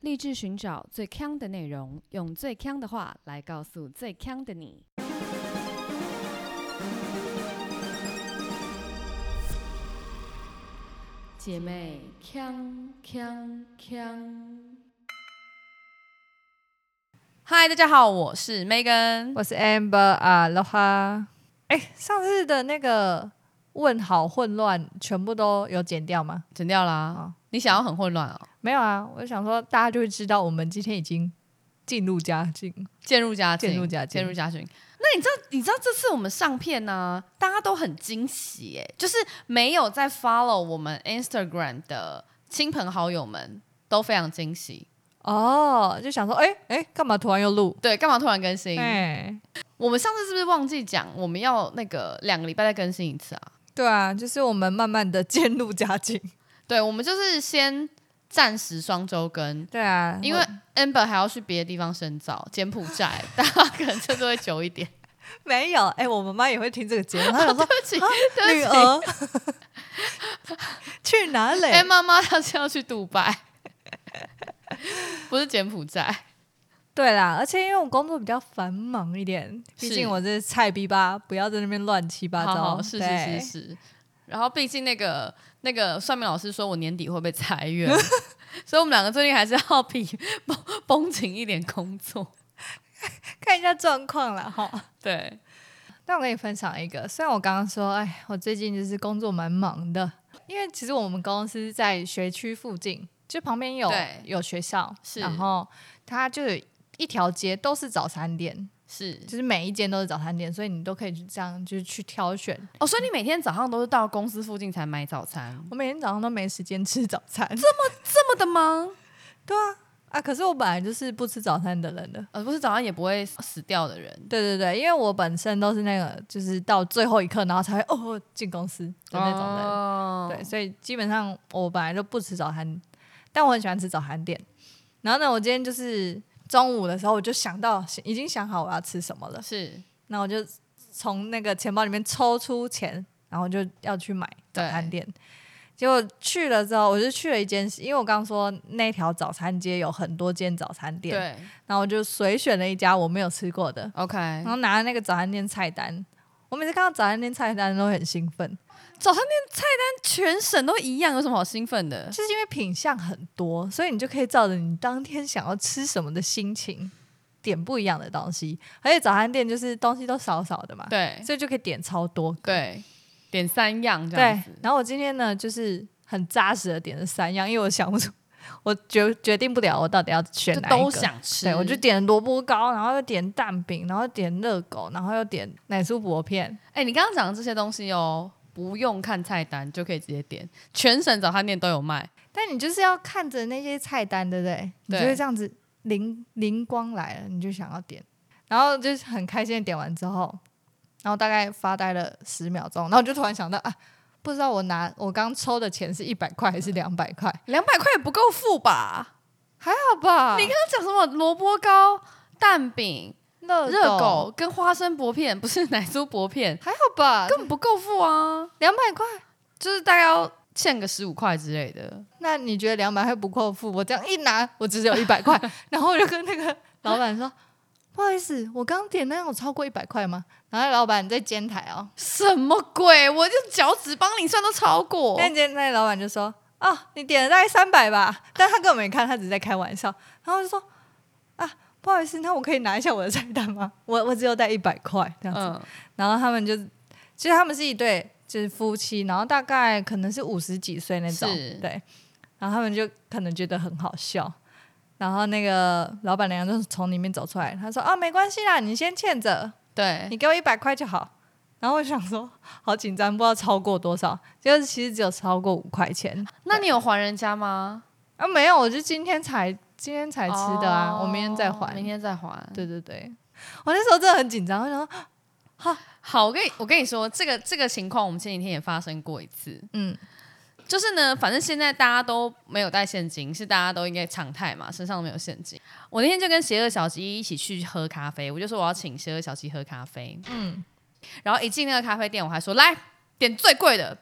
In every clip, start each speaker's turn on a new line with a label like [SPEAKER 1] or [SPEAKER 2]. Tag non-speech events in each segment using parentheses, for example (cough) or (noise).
[SPEAKER 1] 立志寻找最强的内容，用最强的话来告诉最强的你。姐妹，强强强！
[SPEAKER 2] 嗨，大家好，我是 Megan。
[SPEAKER 3] 我是 Amber 啊，Aloha。哎、上次的那个问好混乱，全部都有剪掉吗？
[SPEAKER 2] 剪掉啦、
[SPEAKER 3] 好
[SPEAKER 2] 你想要很混乱哦，
[SPEAKER 3] 没有啊，我想说大家就会知道我们今天已经进入佳境。
[SPEAKER 2] 渐入佳境，
[SPEAKER 3] 渐入佳境
[SPEAKER 2] 渐入佳境。那你知道，你知道这次我们上片呢、大家都很惊喜耶，就是没有在 follow 我们 Instagram 的亲朋好友们都非常惊喜。
[SPEAKER 3] 哦，就想说，哎、哎、干嘛突然又录？
[SPEAKER 2] 对，干嘛突然更新？
[SPEAKER 3] 哎、
[SPEAKER 2] 我们上次是不是忘记讲，我们要那个两个礼拜再更新一次啊？
[SPEAKER 3] 对啊，就是我们慢慢的 (laughs) 渐入佳境。
[SPEAKER 2] 对，我们就是先暂时双周更，
[SPEAKER 3] 对啊，
[SPEAKER 2] 因为 Amber 还要去别的地方深造，柬埔寨， (laughs) 大家可能就是会久一点。
[SPEAKER 3] 没有，哎、我妈妈也会听这个节目，她想说
[SPEAKER 2] 对不起，
[SPEAKER 3] 女
[SPEAKER 2] (laughs) 对不起，
[SPEAKER 3] 儿 (laughs) 去哪里？
[SPEAKER 2] 哎，妈妈她是要去杜 (laughs) 拜，不是柬埔 (laughs) 寨。
[SPEAKER 3] 对啦，而且因为我工作比较繁忙一点，毕
[SPEAKER 2] 是
[SPEAKER 3] 竟我这菜逼吧，不要在那边乱七八
[SPEAKER 2] 好
[SPEAKER 3] 糟。
[SPEAKER 2] 好，是是是
[SPEAKER 3] 对
[SPEAKER 2] 是。然后，毕竟那个那个算命老师说我年底会被裁 (laughs) 员，所以我们两个最近还是要比绷绷紧一点工作。
[SPEAKER 3] 看一下状况啦哈。
[SPEAKER 2] 对，
[SPEAKER 3] (laughs) 那我跟你分享一个，虽然我刚刚说，哎，我最近就是工作蛮忙的，因为其实我们公司在学区附近，就旁边有
[SPEAKER 2] 对
[SPEAKER 3] 有学校，
[SPEAKER 2] 是
[SPEAKER 3] 然后它就有一条街都是早餐店，
[SPEAKER 2] 是
[SPEAKER 3] 就是每一间都是早餐店，所以你都可以这样就是去挑选。
[SPEAKER 2] 哦，所以你每天早上都是到公司附近才买早餐，
[SPEAKER 3] 我每天早上都没时间吃早餐，
[SPEAKER 2] 这么的吗？
[SPEAKER 3] 啊，可是我本来就是不吃早餐的人的。
[SPEAKER 2] 呃，不是早上也不会死掉的人
[SPEAKER 3] 对对对，因为我本身都是那个，就是到最后一刻，然后才会哦进公司的那种人，
[SPEAKER 2] 哦
[SPEAKER 3] 对，所以基本上我本来就不吃早餐，但我很喜欢吃早餐店。然后呢，我今天就是中午的时候，我就想到已经想好我要吃什么了，
[SPEAKER 2] 是
[SPEAKER 3] 那我就从那个钱包里面抽出钱，然后就要去买早餐店。结果去了之后，我就去了一间，因为我刚刚说那条早餐街有很多间早餐店，
[SPEAKER 2] 对
[SPEAKER 3] 然后我就随选了一家我没有吃过的，
[SPEAKER 2] ，OK
[SPEAKER 3] 然。后拿那个早餐店菜单。我每次看到早餐店菜单都会很兴奋，
[SPEAKER 2] 早餐店菜单全省都一样，有什么好兴奋的？
[SPEAKER 3] 就是因为品相很多，所以你就可以照着你当天想要吃什么的心情点不一样的东西。而且早餐店就是东西都少少的嘛，
[SPEAKER 2] 对
[SPEAKER 3] 所以就可以点超多个。
[SPEAKER 2] 对，点三样这样
[SPEAKER 3] 对
[SPEAKER 2] 子。
[SPEAKER 3] 然后我今天呢，就是很扎实的点了三样，因为我想不出，我决决定不了我到底要选
[SPEAKER 2] 就
[SPEAKER 3] 哪一个。
[SPEAKER 2] 都想吃。
[SPEAKER 3] 对，我就点萝卜糕，然后又点蛋饼，然后点热狗，然后又点奶酥薄片。
[SPEAKER 2] 哎、你刚刚讲的这些东西哦，不用看菜单就可以直接点，全省早餐店都有卖。
[SPEAKER 3] 但你就是要看着那些菜单，对不对？你就
[SPEAKER 2] 对
[SPEAKER 3] 会这样子灵灵光来了，你就想要点，然后就是很开心的点完之后，然后大概发呆了十秒钟，然后我就突然想到啊，不知道我拿我刚抽的钱是一百块还是两百块，
[SPEAKER 2] 两百块也不够付吧？
[SPEAKER 3] 好吧？
[SPEAKER 2] 你刚刚讲什么萝卜糕、蛋饼、
[SPEAKER 3] 热
[SPEAKER 2] 热狗跟花生薄片，不是奶酥薄片，
[SPEAKER 3] 还好吧？
[SPEAKER 2] (laughs) 根本不够付啊！
[SPEAKER 3] 两百块，
[SPEAKER 2] 就是大概要欠个十五块之类的。
[SPEAKER 3] 那你觉得两百块不够付？我这样一拿，我只有一百块，然后我就跟那个老板说。不好意思，我刚点那样有超过一百块吗？然后老板你在监台哦，
[SPEAKER 2] 什么鬼？我就脚趾帮你算都超过。
[SPEAKER 3] 那间那老板就说：“哦，你点了大概三百吧。”但他根本没看，他只是在开玩笑。然后我就说：“啊，不好意思，那我可以拿一下我的菜单吗？我我只有带一百块这样子。
[SPEAKER 2] 嗯，
[SPEAKER 3] 然后他们就，其实他们是一对就是夫妻，然后大概可能是五十几岁那种
[SPEAKER 2] 是，
[SPEAKER 3] 对。然后他们就可能觉得很好笑。然后那个老板娘就从里面走出来，她说：“啊，没关系啦，你先欠着，
[SPEAKER 2] 对，
[SPEAKER 3] 你给我一百块就好。然后我想说，好紧张，不知道超过多少，就是其实只有超过五块钱
[SPEAKER 2] 那你有还人家吗？
[SPEAKER 3] 啊，没有，我就今天才今天才吃的啊，
[SPEAKER 2] 哦
[SPEAKER 3] 我明天再还。
[SPEAKER 2] 明天再还。
[SPEAKER 3] 对对对，我那时候真的很紧张，我想说，
[SPEAKER 2] 好，我跟你我跟你说，这个这个情况我们前几天也发生过一次，
[SPEAKER 3] 嗯，
[SPEAKER 2] 就是呢，反正现在大家都没有带现金，是大家都应该常态嘛，身上都没有现金。我那天就跟邪恶小鸡一起去喝咖啡，我就说我要请邪恶小鸡喝咖啡，嗯 (laughs)
[SPEAKER 3] 嗯， (laughs)
[SPEAKER 2] 然后一进那个咖啡店，我还说来点最贵的，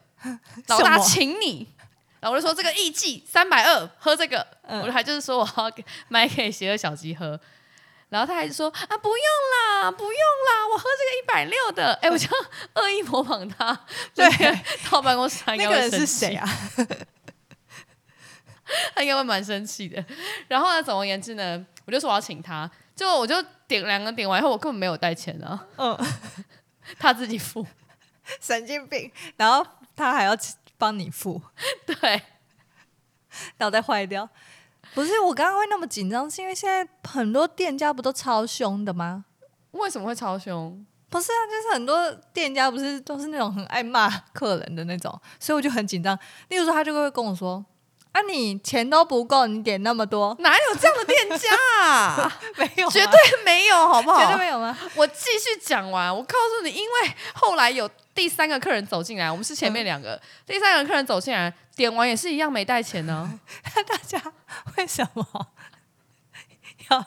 [SPEAKER 2] 老大
[SPEAKER 3] 什么
[SPEAKER 2] 请你，然后我就说这个艺妓三百二，喝这个。
[SPEAKER 3] 嗯
[SPEAKER 2] 我还就是说我要给买给邪恶小鸡喝，然后他还说啊不用啦，不用啦，我喝这个一百六的。哎、我就恶意模仿他，
[SPEAKER 3] 对，
[SPEAKER 2] 到办公室他应
[SPEAKER 3] 那
[SPEAKER 2] 该会
[SPEAKER 3] 个人
[SPEAKER 2] 生
[SPEAKER 3] 是
[SPEAKER 2] 气
[SPEAKER 3] 谁？啊？ (laughs)
[SPEAKER 2] 他应该会蛮生气的。然后呢，总而言之呢，我就说我要请他，就我就点两个点完以后，我根本没有带钱啊，
[SPEAKER 3] 嗯，
[SPEAKER 2] 他自己付。
[SPEAKER 3] 神经病。然后他还要帮你付，
[SPEAKER 2] 对，
[SPEAKER 3] 脑袋坏掉。不是我刚刚会那么紧张，是因为现在很多店家不都超凶的吗？
[SPEAKER 2] 为什么会超凶？
[SPEAKER 3] 不是啊，就是很多店家不是都是那种很爱骂客人的那种，所以我就很紧张。例如说，他就会跟我说：“啊，你钱都不够，你点那么多，
[SPEAKER 2] 哪有这样的店家啊？
[SPEAKER 3] (laughs) 没有吗？
[SPEAKER 2] 绝对没有，好不
[SPEAKER 3] 绝对
[SPEAKER 2] 好？
[SPEAKER 3] 没有啊吗？
[SPEAKER 2] 我继续讲完。我告诉你，因为后来有第三个客人走进来，我们是前面两个，第三个客人走进来，点完也是一样没带钱哦呢、
[SPEAKER 3] (laughs) 大家为什么要？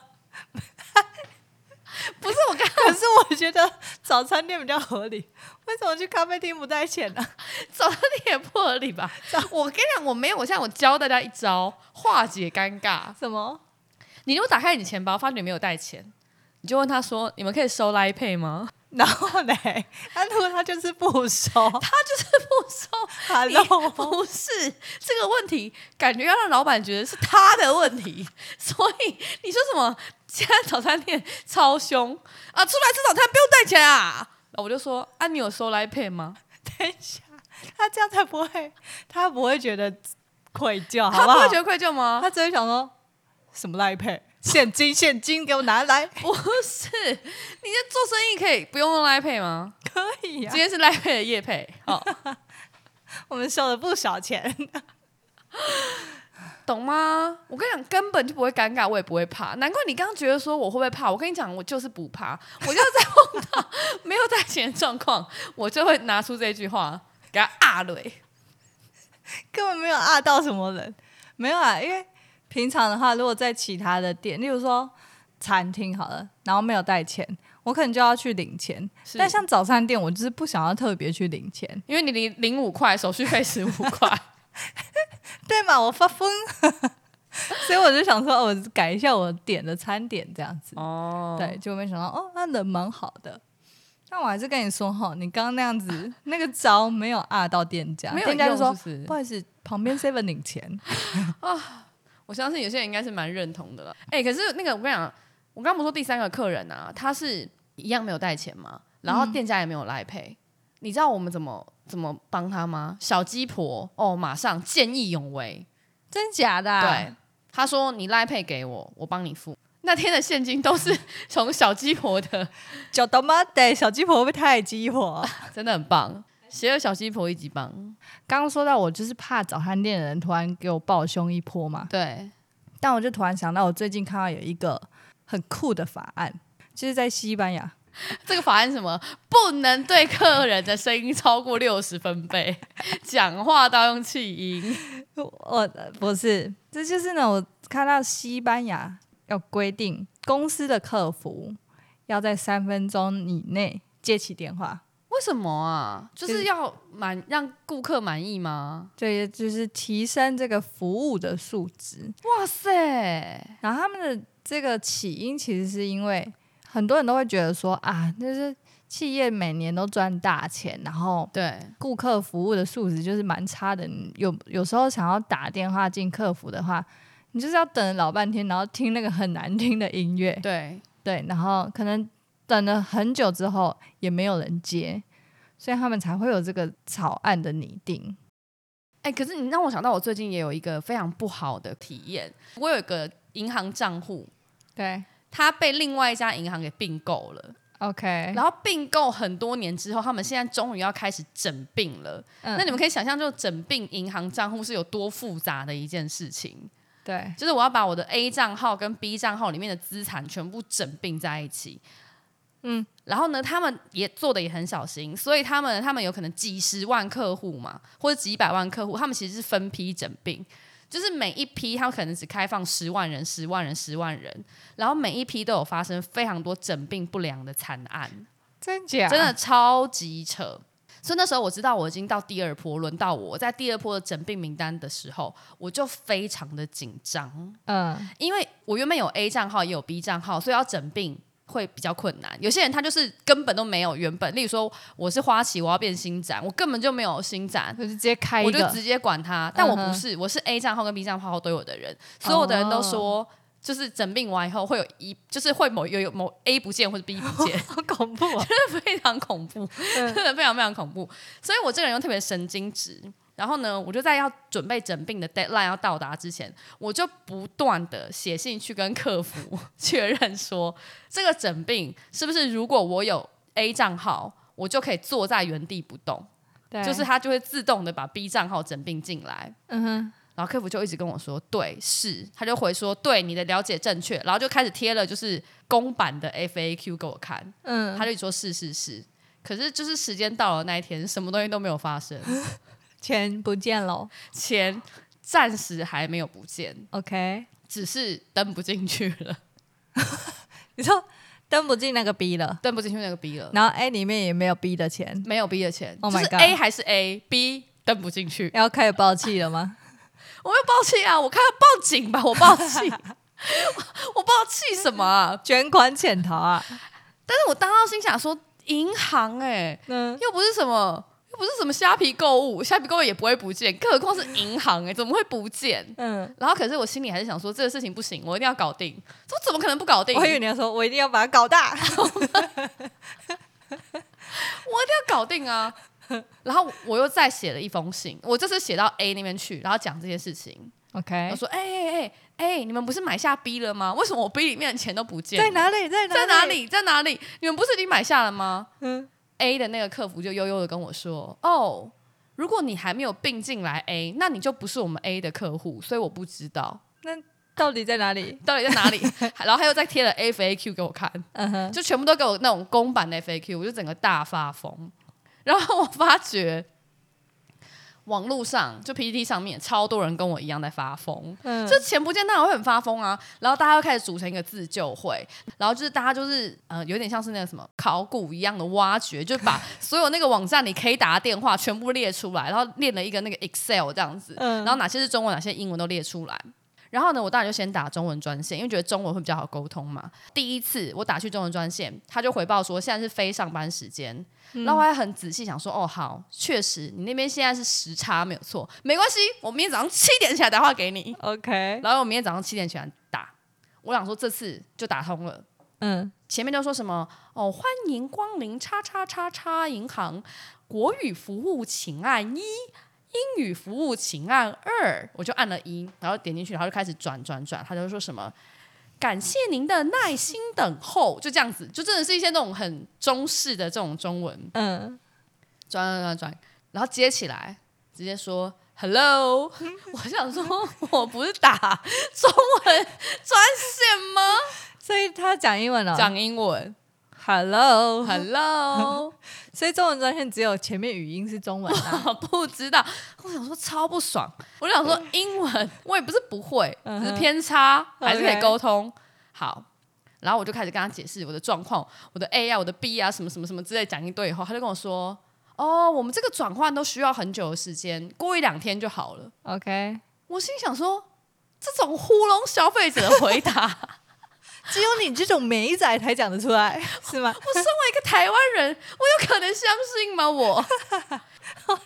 [SPEAKER 2] 不是我刚
[SPEAKER 3] 可是我觉得早餐店比较合理，为什么去咖啡厅不带钱啊 (laughs) 呢、
[SPEAKER 2] 走到你也不合理吧？我跟你讲，我没有，我现在我教大家一招化解尴尬。
[SPEAKER 3] 什么？
[SPEAKER 2] 你如果打开你钱包，发觉你没有带钱，你就问他说：“你们可以收来配吗
[SPEAKER 3] 然后嘞，那如果他就是不 (laughs) 收？”
[SPEAKER 2] 他就是不收。
[SPEAKER 3] ，Hello， (laughs)
[SPEAKER 2] 不是这个问题，感觉要让老板觉得是他的问题， (laughs) 所以你说什么？现在早餐店超凶啊！出来吃早餐不用带钱啊！然后我就说啊，你有收来配吗？
[SPEAKER 3] 等一下，他这样才不会，他不会觉得愧疚，好
[SPEAKER 2] 他
[SPEAKER 3] 不
[SPEAKER 2] 啊不
[SPEAKER 3] 好？
[SPEAKER 2] 会觉得愧疚吗？
[SPEAKER 3] 他只会想说什么赖配， (laughs) 现金现金给我拿
[SPEAKER 2] (laughs)
[SPEAKER 3] 来，
[SPEAKER 2] 不是，你这做生意可以不用用来配吗？
[SPEAKER 3] (laughs) 可以啊呀、
[SPEAKER 2] 今天是赖配的叶配哦，
[SPEAKER 3] 我们收了不少钱， (laughs)
[SPEAKER 2] 懂吗？我跟你讲，根本就不会尴尬，我也不会怕。难怪你刚刚觉得说我会不会怕，我跟你讲，我就是不
[SPEAKER 3] (laughs)
[SPEAKER 2] 怕。我就是在碰到没有带钱的状况，我就会拿出这句话给他啊雷。
[SPEAKER 3] 根本没有啊到什么人，没有啊，因为平常的话，如果在其他的店，例如说餐厅好了，然后没有带钱，我可能就要去领钱，
[SPEAKER 2] 是
[SPEAKER 3] 但像早餐店，我就是不想要特别去领钱，
[SPEAKER 2] 因为你领领五块，手续费十五块，
[SPEAKER 3] 对嘛，我发疯。 (laughs) 所以我就想说，哦我改一下我点的餐点这样子。
[SPEAKER 2] 哦
[SPEAKER 3] 对，，就没想到 (laughs) 哦，那人蛮好的。但我还是跟你说哈，你刚刚那样 (laughs) 子那个招没有啊到店家，
[SPEAKER 2] 没有
[SPEAKER 3] 店家就
[SPEAKER 2] 用是
[SPEAKER 3] 说
[SPEAKER 2] 不是
[SPEAKER 3] 不好意思，旁 (laughs) 边 seven 领钱，
[SPEAKER 2] 我相信有些人应该是蛮认同的了。哎、可是那个我跟你讲，我刚不是说第三个客人啊，他是一样没有带钱嘛，然后店家也没有来赔。你知道我们怎么怎么帮他吗？小鸡婆哦，马上见义勇为。
[SPEAKER 3] 真假的、啊
[SPEAKER 2] 对，，他说你赖配给我，我帮你付。那天的现金都是 (laughs) 从小鸡婆的，
[SPEAKER 3] 叫他妈的小鸡婆会不会太鸡婆？
[SPEAKER 2] 真的很棒。邪恶小鸡婆一级棒，
[SPEAKER 3] (laughs) 刚刚说到我就是怕早餐店的人突然给我抱胸一波嘛，
[SPEAKER 2] 对，
[SPEAKER 3] 但我就突然想到，我最近看到有一个很酷的法案，就是在西班牙，
[SPEAKER 2] 这个法案是什么不能对客人的声音超过六十分贝，讲话都要用气音。
[SPEAKER 3] 我呃不是，这就是呢，我看到西班牙要规定公司的客服要在三分钟以内接起电话，
[SPEAKER 2] 为什么啊？就
[SPEAKER 3] 就是
[SPEAKER 2] 是要满让顾客满意吗？
[SPEAKER 3] 对，就是提升这个服务的素质。
[SPEAKER 2] 哇塞，
[SPEAKER 3] 然后他们的这个起因其实是因为很多人都会觉得说啊，就是企业每年都赚大钱，然后
[SPEAKER 2] 对，
[SPEAKER 3] 顾客服务的素质就是蛮差的。你有有时候想要打电话进客服的话，你就是要等老半天，然后听那个很难听的音乐，
[SPEAKER 2] 对，
[SPEAKER 3] 对，然后可能等了很久之后也没有人接，所以他们才会有这个草案的拟定。
[SPEAKER 2] 哎、可是你让我想到，我最近也有一个非常不好的体验。我有一个银行账户，
[SPEAKER 3] 对
[SPEAKER 2] 它被另外一家银行给并购了，
[SPEAKER 3] ，OK，
[SPEAKER 2] 然后并购很多年之后，他们现在终于要开始整并了。
[SPEAKER 3] 嗯
[SPEAKER 2] 那你们可以想象，就整并银行账户是有多复杂的一件事情。
[SPEAKER 3] 对
[SPEAKER 2] 就是我要把我的 A 账号跟 B 账号里面的资产全部整并在一起。
[SPEAKER 3] 嗯，
[SPEAKER 2] 然后呢，他们也做的也很小心，所以他们他们有可能几十万客户嘛，或者几百万客户，他们其实是分批整并，就是每一批他们可能只开放十万人、十万人、十万人，然后每一批都有发生非常多整并不良的惨案，
[SPEAKER 3] 真假
[SPEAKER 2] 真的超级扯。所以那时候我知道我已经到第二波，轮到我我在第二波的诊病名单的时候，我就非常的紧张，
[SPEAKER 3] 嗯，
[SPEAKER 2] 因为我原本有 A 账号也有 B 账号，所以要诊病会比较困难。有些人他就是根本都没有原本，例如说我是花旗，我要变新展，我根本就没有新展。
[SPEAKER 3] 我就直接开一
[SPEAKER 2] 我就
[SPEAKER 3] 个
[SPEAKER 2] 直接管他，但我
[SPEAKER 3] 嗯
[SPEAKER 2] 不
[SPEAKER 3] 哼
[SPEAKER 2] 是，我是 A 账号跟 B 账号都有的人，所有的人都说，
[SPEAKER 3] 嗯
[SPEAKER 2] 就是诊病完以后会有一，就是会某有有某 A 不见或者 B 不见，
[SPEAKER 3] 好 (laughs) 恐怖 (laughs) 哦，
[SPEAKER 2] (laughs) 非常恐怖，真的非常非常恐怖。所以我这个人又特别神经质。然后呢，我就在要准备诊病的 deadline 要到达之前，我就不断的写信去跟客服 (laughs) 确认说，这个诊病是不是如果我有 A 账号，我就可以坐在原地不动，
[SPEAKER 3] 对
[SPEAKER 2] 就是它就会自动的把 B 账号诊病进来。
[SPEAKER 3] 嗯哼，
[SPEAKER 2] 然后客服就一直跟我说，对，是，他就回说，对，你的了解正确，然后就开始贴了就是公版的 FAQ 给我看，
[SPEAKER 3] 嗯，
[SPEAKER 2] 他就说是是是，可是就是时间到了那一天，什么东西都没有发
[SPEAKER 3] (laughs)
[SPEAKER 2] 生，
[SPEAKER 3] 钱不见喽
[SPEAKER 2] 钱暂时还没有不见，
[SPEAKER 3] ，OK，
[SPEAKER 2] 只是登不进去了，
[SPEAKER 3] 你说登不进那个 B 了，
[SPEAKER 2] 登不进去那个 B 了，
[SPEAKER 3] 然后 A 里面也没有 B 的钱，
[SPEAKER 2] 没有 B 的钱
[SPEAKER 3] Oh
[SPEAKER 2] 就
[SPEAKER 3] my
[SPEAKER 2] 是
[SPEAKER 3] God
[SPEAKER 2] A 还是 A，B 登不进去，
[SPEAKER 3] 要开始爆气了吗？
[SPEAKER 2] 我要报气啊，我看要报警吧，我报气。 (laughs) 我报气什么啊？
[SPEAKER 3] 卷款潜逃啊，
[SPEAKER 2] 但是我当时心想说，银行哎、
[SPEAKER 3] 嗯，
[SPEAKER 2] 又不是什么，又不是什么虾皮购物，虾皮购物也不会不见，更何况是银行哎、怎么会不见？
[SPEAKER 3] (laughs) 嗯，
[SPEAKER 2] 然后可是我心里还是想说，这个事情不行，我一定要搞定。这怎么可能不搞定？
[SPEAKER 3] 我
[SPEAKER 2] 我
[SPEAKER 3] 还
[SPEAKER 2] 一
[SPEAKER 3] 以为
[SPEAKER 2] 定
[SPEAKER 3] 你要说，我一定要把它搞大，
[SPEAKER 2] 要搞定啊！然后我又再写了一封信，我这次写到 A 那边去，然后讲这件事情。我
[SPEAKER 3] OK，
[SPEAKER 2] 说：“哎哎哎哎，你们不是买下 B 了吗？为什么我 B 里面的钱都不见了？
[SPEAKER 3] (laughs) 在哪里？在哪
[SPEAKER 2] 在哪？里？在哪里？你们不是已经买下了吗
[SPEAKER 3] 嗯，
[SPEAKER 2] ？”A 的那个客服就悠悠的跟我说：“哦，如果你还没有并进来 A，那你就不是我们 A 的客户，所以我不知道
[SPEAKER 3] 到底在哪里？
[SPEAKER 2] 到底在
[SPEAKER 3] (laughs)
[SPEAKER 2] 哪里。”然后他又再贴了 A 和 AQ 给我看。
[SPEAKER 3] 嗯哼，
[SPEAKER 2] 就全部都给我那种公版的 FAQ，我就整个大发疯。然后我发觉网络上就 PPT 上面超多人跟我一样在发疯，
[SPEAKER 3] 嗯，
[SPEAKER 2] 就钱不见当然会很发疯啊。然后大家又开始组成一个自救会，然后就是大家就是呃有点像是那个什么考古一样的挖掘，就把所有那个网站你可以打的电话全部列出来，然后列了一个那个 Excel 这样子，
[SPEAKER 3] 嗯
[SPEAKER 2] 然后哪些是中文，哪些英文都列出来。然后呢，我当然就先打中文专线，因为觉得中文会比较好沟通嘛。第一次我打去中文专线，他就回报说现在是非上班时间，然后我还很仔细想说，哦，好，确实你那边现在是时差没有错，没关系，我明天早上七点起来打电话给你。
[SPEAKER 3] OK，
[SPEAKER 2] 然后我明天早上七点起来打，我想说这次就打通了。
[SPEAKER 3] 嗯，
[SPEAKER 2] 前面都说什么哦，欢迎光临叉叉叉叉银行，国语服务请按一，英语服务请按二，我就按了一，啊然后点进去，然后就开始转转转，他就说什么。感谢您的耐心等候，就这样子，就真的是一些那种很中式的这种中文，
[SPEAKER 3] 嗯，
[SPEAKER 2] 转转转转，然后接起来，直接说 “hello”。我 (laughs) 想说，我不是打中文专线吗？
[SPEAKER 3] 所以他讲英文了，哦
[SPEAKER 2] 讲英文
[SPEAKER 3] Hello，
[SPEAKER 2] ，“hello”，
[SPEAKER 3] 所以中文专线只有前面语音是中
[SPEAKER 2] (laughs)
[SPEAKER 3] 文 (laughs) 啊。
[SPEAKER 2] 我不知道。我想说超不爽，我就想说英文我也不是不会，只是偏差还是可以沟通。好。然后我就开始跟他解释我的状况，我的 A 啊，我的 B 啊，什么什么什么之类，讲一堆以后，他就跟我说：“哦，我们这个转换都需要很久的时间，过一两天就好了。”
[SPEAKER 3] OK，
[SPEAKER 2] 我心想说，这种糊弄消费者的回答， (laughs) 我
[SPEAKER 3] 只有你这种美仔才讲得出 (laughs) 来，是吗？
[SPEAKER 2] 身为一个台湾人，我有可能相信吗？我 (laughs)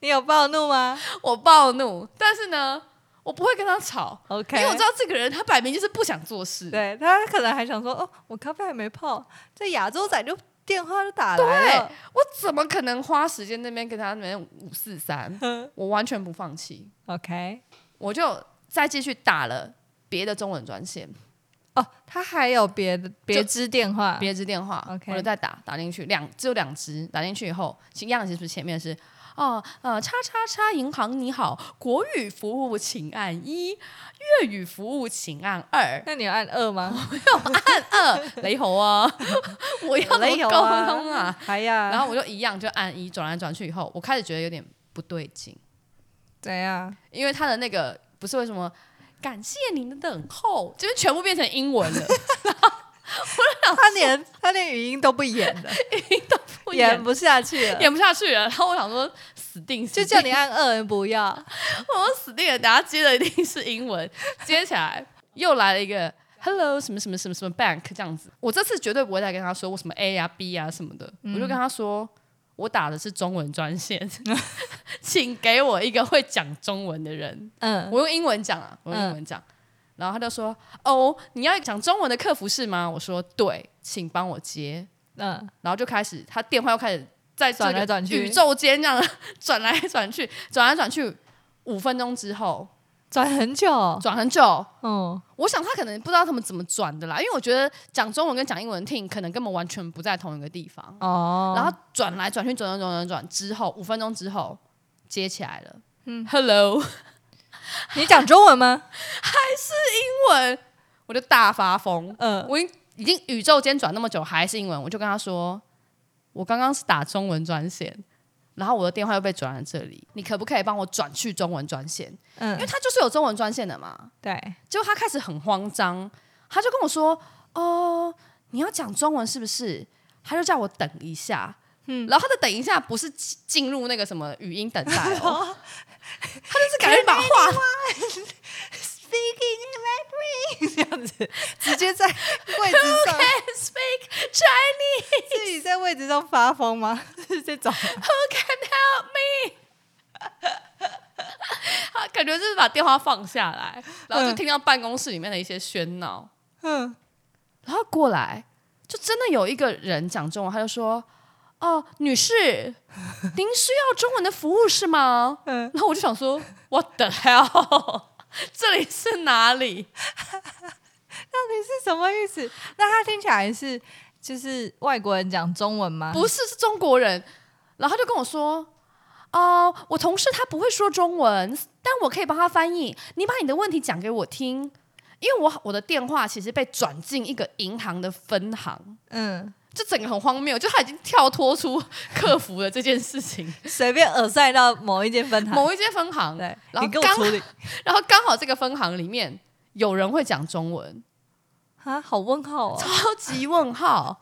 [SPEAKER 3] 你有暴怒吗
[SPEAKER 2] 我暴怒，但是呢，我不会跟他吵
[SPEAKER 3] ？OK，
[SPEAKER 2] 因为我知道这个人他摆明就是不想做事。
[SPEAKER 3] 对他可能还想说，哦，我咖啡还没泡，这亚洲仔就电话就打来了。
[SPEAKER 2] 我怎么可能花时间那边跟他那边五四 (laughs) 三？我完全不放弃，
[SPEAKER 3] OK，
[SPEAKER 2] 我就再继续打了别的中文专线，
[SPEAKER 3] 哦，他还有别的别支电话，
[SPEAKER 2] 别支电话
[SPEAKER 3] OK
[SPEAKER 2] 我就再打打进去，两只有两只，打进去以后，其一样其实前面是哦呃叉叉叉银行你好，国语服务请按一，粤语服务请按二， (laughs)
[SPEAKER 3] 那你有按二吗？
[SPEAKER 2] 按二雷猴啊，我 (laughs) 要怎么
[SPEAKER 3] 没有
[SPEAKER 2] 沟通啊？
[SPEAKER 3] 还呀，
[SPEAKER 2] 然后我就一样就按一，转来转去以后，我开始觉得有点不对劲，
[SPEAKER 3] 怎样？
[SPEAKER 2] 因为他的那个不是为什么感谢您的等候，这边全部变成
[SPEAKER 3] (laughs)
[SPEAKER 2] 英文了，
[SPEAKER 3] (laughs) 他连他连语音都不演了，
[SPEAKER 2] 不
[SPEAKER 3] 演
[SPEAKER 2] 演
[SPEAKER 3] 不下去了，
[SPEAKER 2] 演不下去了。然后我想说死定，
[SPEAKER 3] 就
[SPEAKER 2] 死定
[SPEAKER 3] 叫你按二，不要。
[SPEAKER 2] 我说死定了，等下接的一定是英文。 (laughs) 接起来又来了一个 Hello 什么什么什么什么 Bank 这样子，我这次绝对不会再跟他说我什么 A 呀、B 呀、什么的，我
[SPEAKER 3] 嗯
[SPEAKER 2] 就跟他说。我打的是中文专线， (laughs) 请给我一个会讲中文的人。
[SPEAKER 3] 嗯，
[SPEAKER 2] 我用英文讲啊，我用英文讲。然后他就说：“哦，你要讲中文的客服是吗？”我说：“对，请帮我接。
[SPEAKER 3] 嗯，”
[SPEAKER 2] 然后就开始，他电话又开始在这个
[SPEAKER 3] 转来转去
[SPEAKER 2] 宇宙间这样 (laughs) 转来转去，转来转去。五分钟之后，
[SPEAKER 3] 转很 (laughs) 久，
[SPEAKER 2] 转很久。
[SPEAKER 3] 嗯，
[SPEAKER 2] 我想他可能不知道他们怎么转的啦，因为我觉得讲中文跟讲英文听可能根本完全不在同一个地方。
[SPEAKER 3] 哦，
[SPEAKER 2] 然后转来转去，转转转转转之后，五分钟之后接起来了。嗯，Hello，
[SPEAKER 3] 你讲中文 (laughs) 吗？
[SPEAKER 2] 英文，我就大发疯。
[SPEAKER 3] 嗯，
[SPEAKER 2] 我已经已经宇宙间转那么久，还是英文，我就跟他说，我刚刚是打中文专线，然后我的电话又被转到这里，你可不可以帮我转去中文专线？因为
[SPEAKER 3] 嗯，
[SPEAKER 2] 他就是有中文专线的嘛。
[SPEAKER 3] 对，
[SPEAKER 2] 结果他开始很慌张，他就跟我说：“哦，你要讲中文是不是？”他就叫我等一下。嗯，然后他的等一下不是进进入那个什么语音等待哦，他就是感觉把话
[SPEAKER 3] (laughs) 直接在位置 (laughs) 上
[SPEAKER 2] speak
[SPEAKER 3] 自己在位置上发疯吗？ (laughs) 是这种，
[SPEAKER 2] 他 (laughs) 感觉就是把电话放下来，然后就
[SPEAKER 3] 嗯
[SPEAKER 2] 听到办公室里面的一些喧闹，
[SPEAKER 3] 嗯，
[SPEAKER 2] 然后过来就真的有一个人讲中文，他就说：“哦，女士，
[SPEAKER 3] (laughs)
[SPEAKER 2] 您需要中文的服务是吗？”
[SPEAKER 3] 嗯
[SPEAKER 2] 然后我就想说：“What the hell？这 (laughs) 里是哪里
[SPEAKER 3] 是什么意思？那他听起来是就是外国人讲中文吗？？”
[SPEAKER 2] 不是，是中国人。然后他就跟我说：“哦、我同事他不会说中文，但我可以帮他翻译。你把你的问题讲给我听。”因为我我的电话其实被转进一个银行的分行，
[SPEAKER 3] 嗯，
[SPEAKER 2] 就整个很荒谬，就他已经跳脱出客服的这件事情， (laughs)
[SPEAKER 3] 随便耳塞到某一间分行，
[SPEAKER 2] 某一间分行，
[SPEAKER 3] 对，
[SPEAKER 2] 然后
[SPEAKER 3] 你给我
[SPEAKER 2] 刚
[SPEAKER 3] 处理
[SPEAKER 2] 然后刚好这个分行里面有人会讲中文，
[SPEAKER 3] (laughs) 啊，好问号哦。
[SPEAKER 2] 超级问号。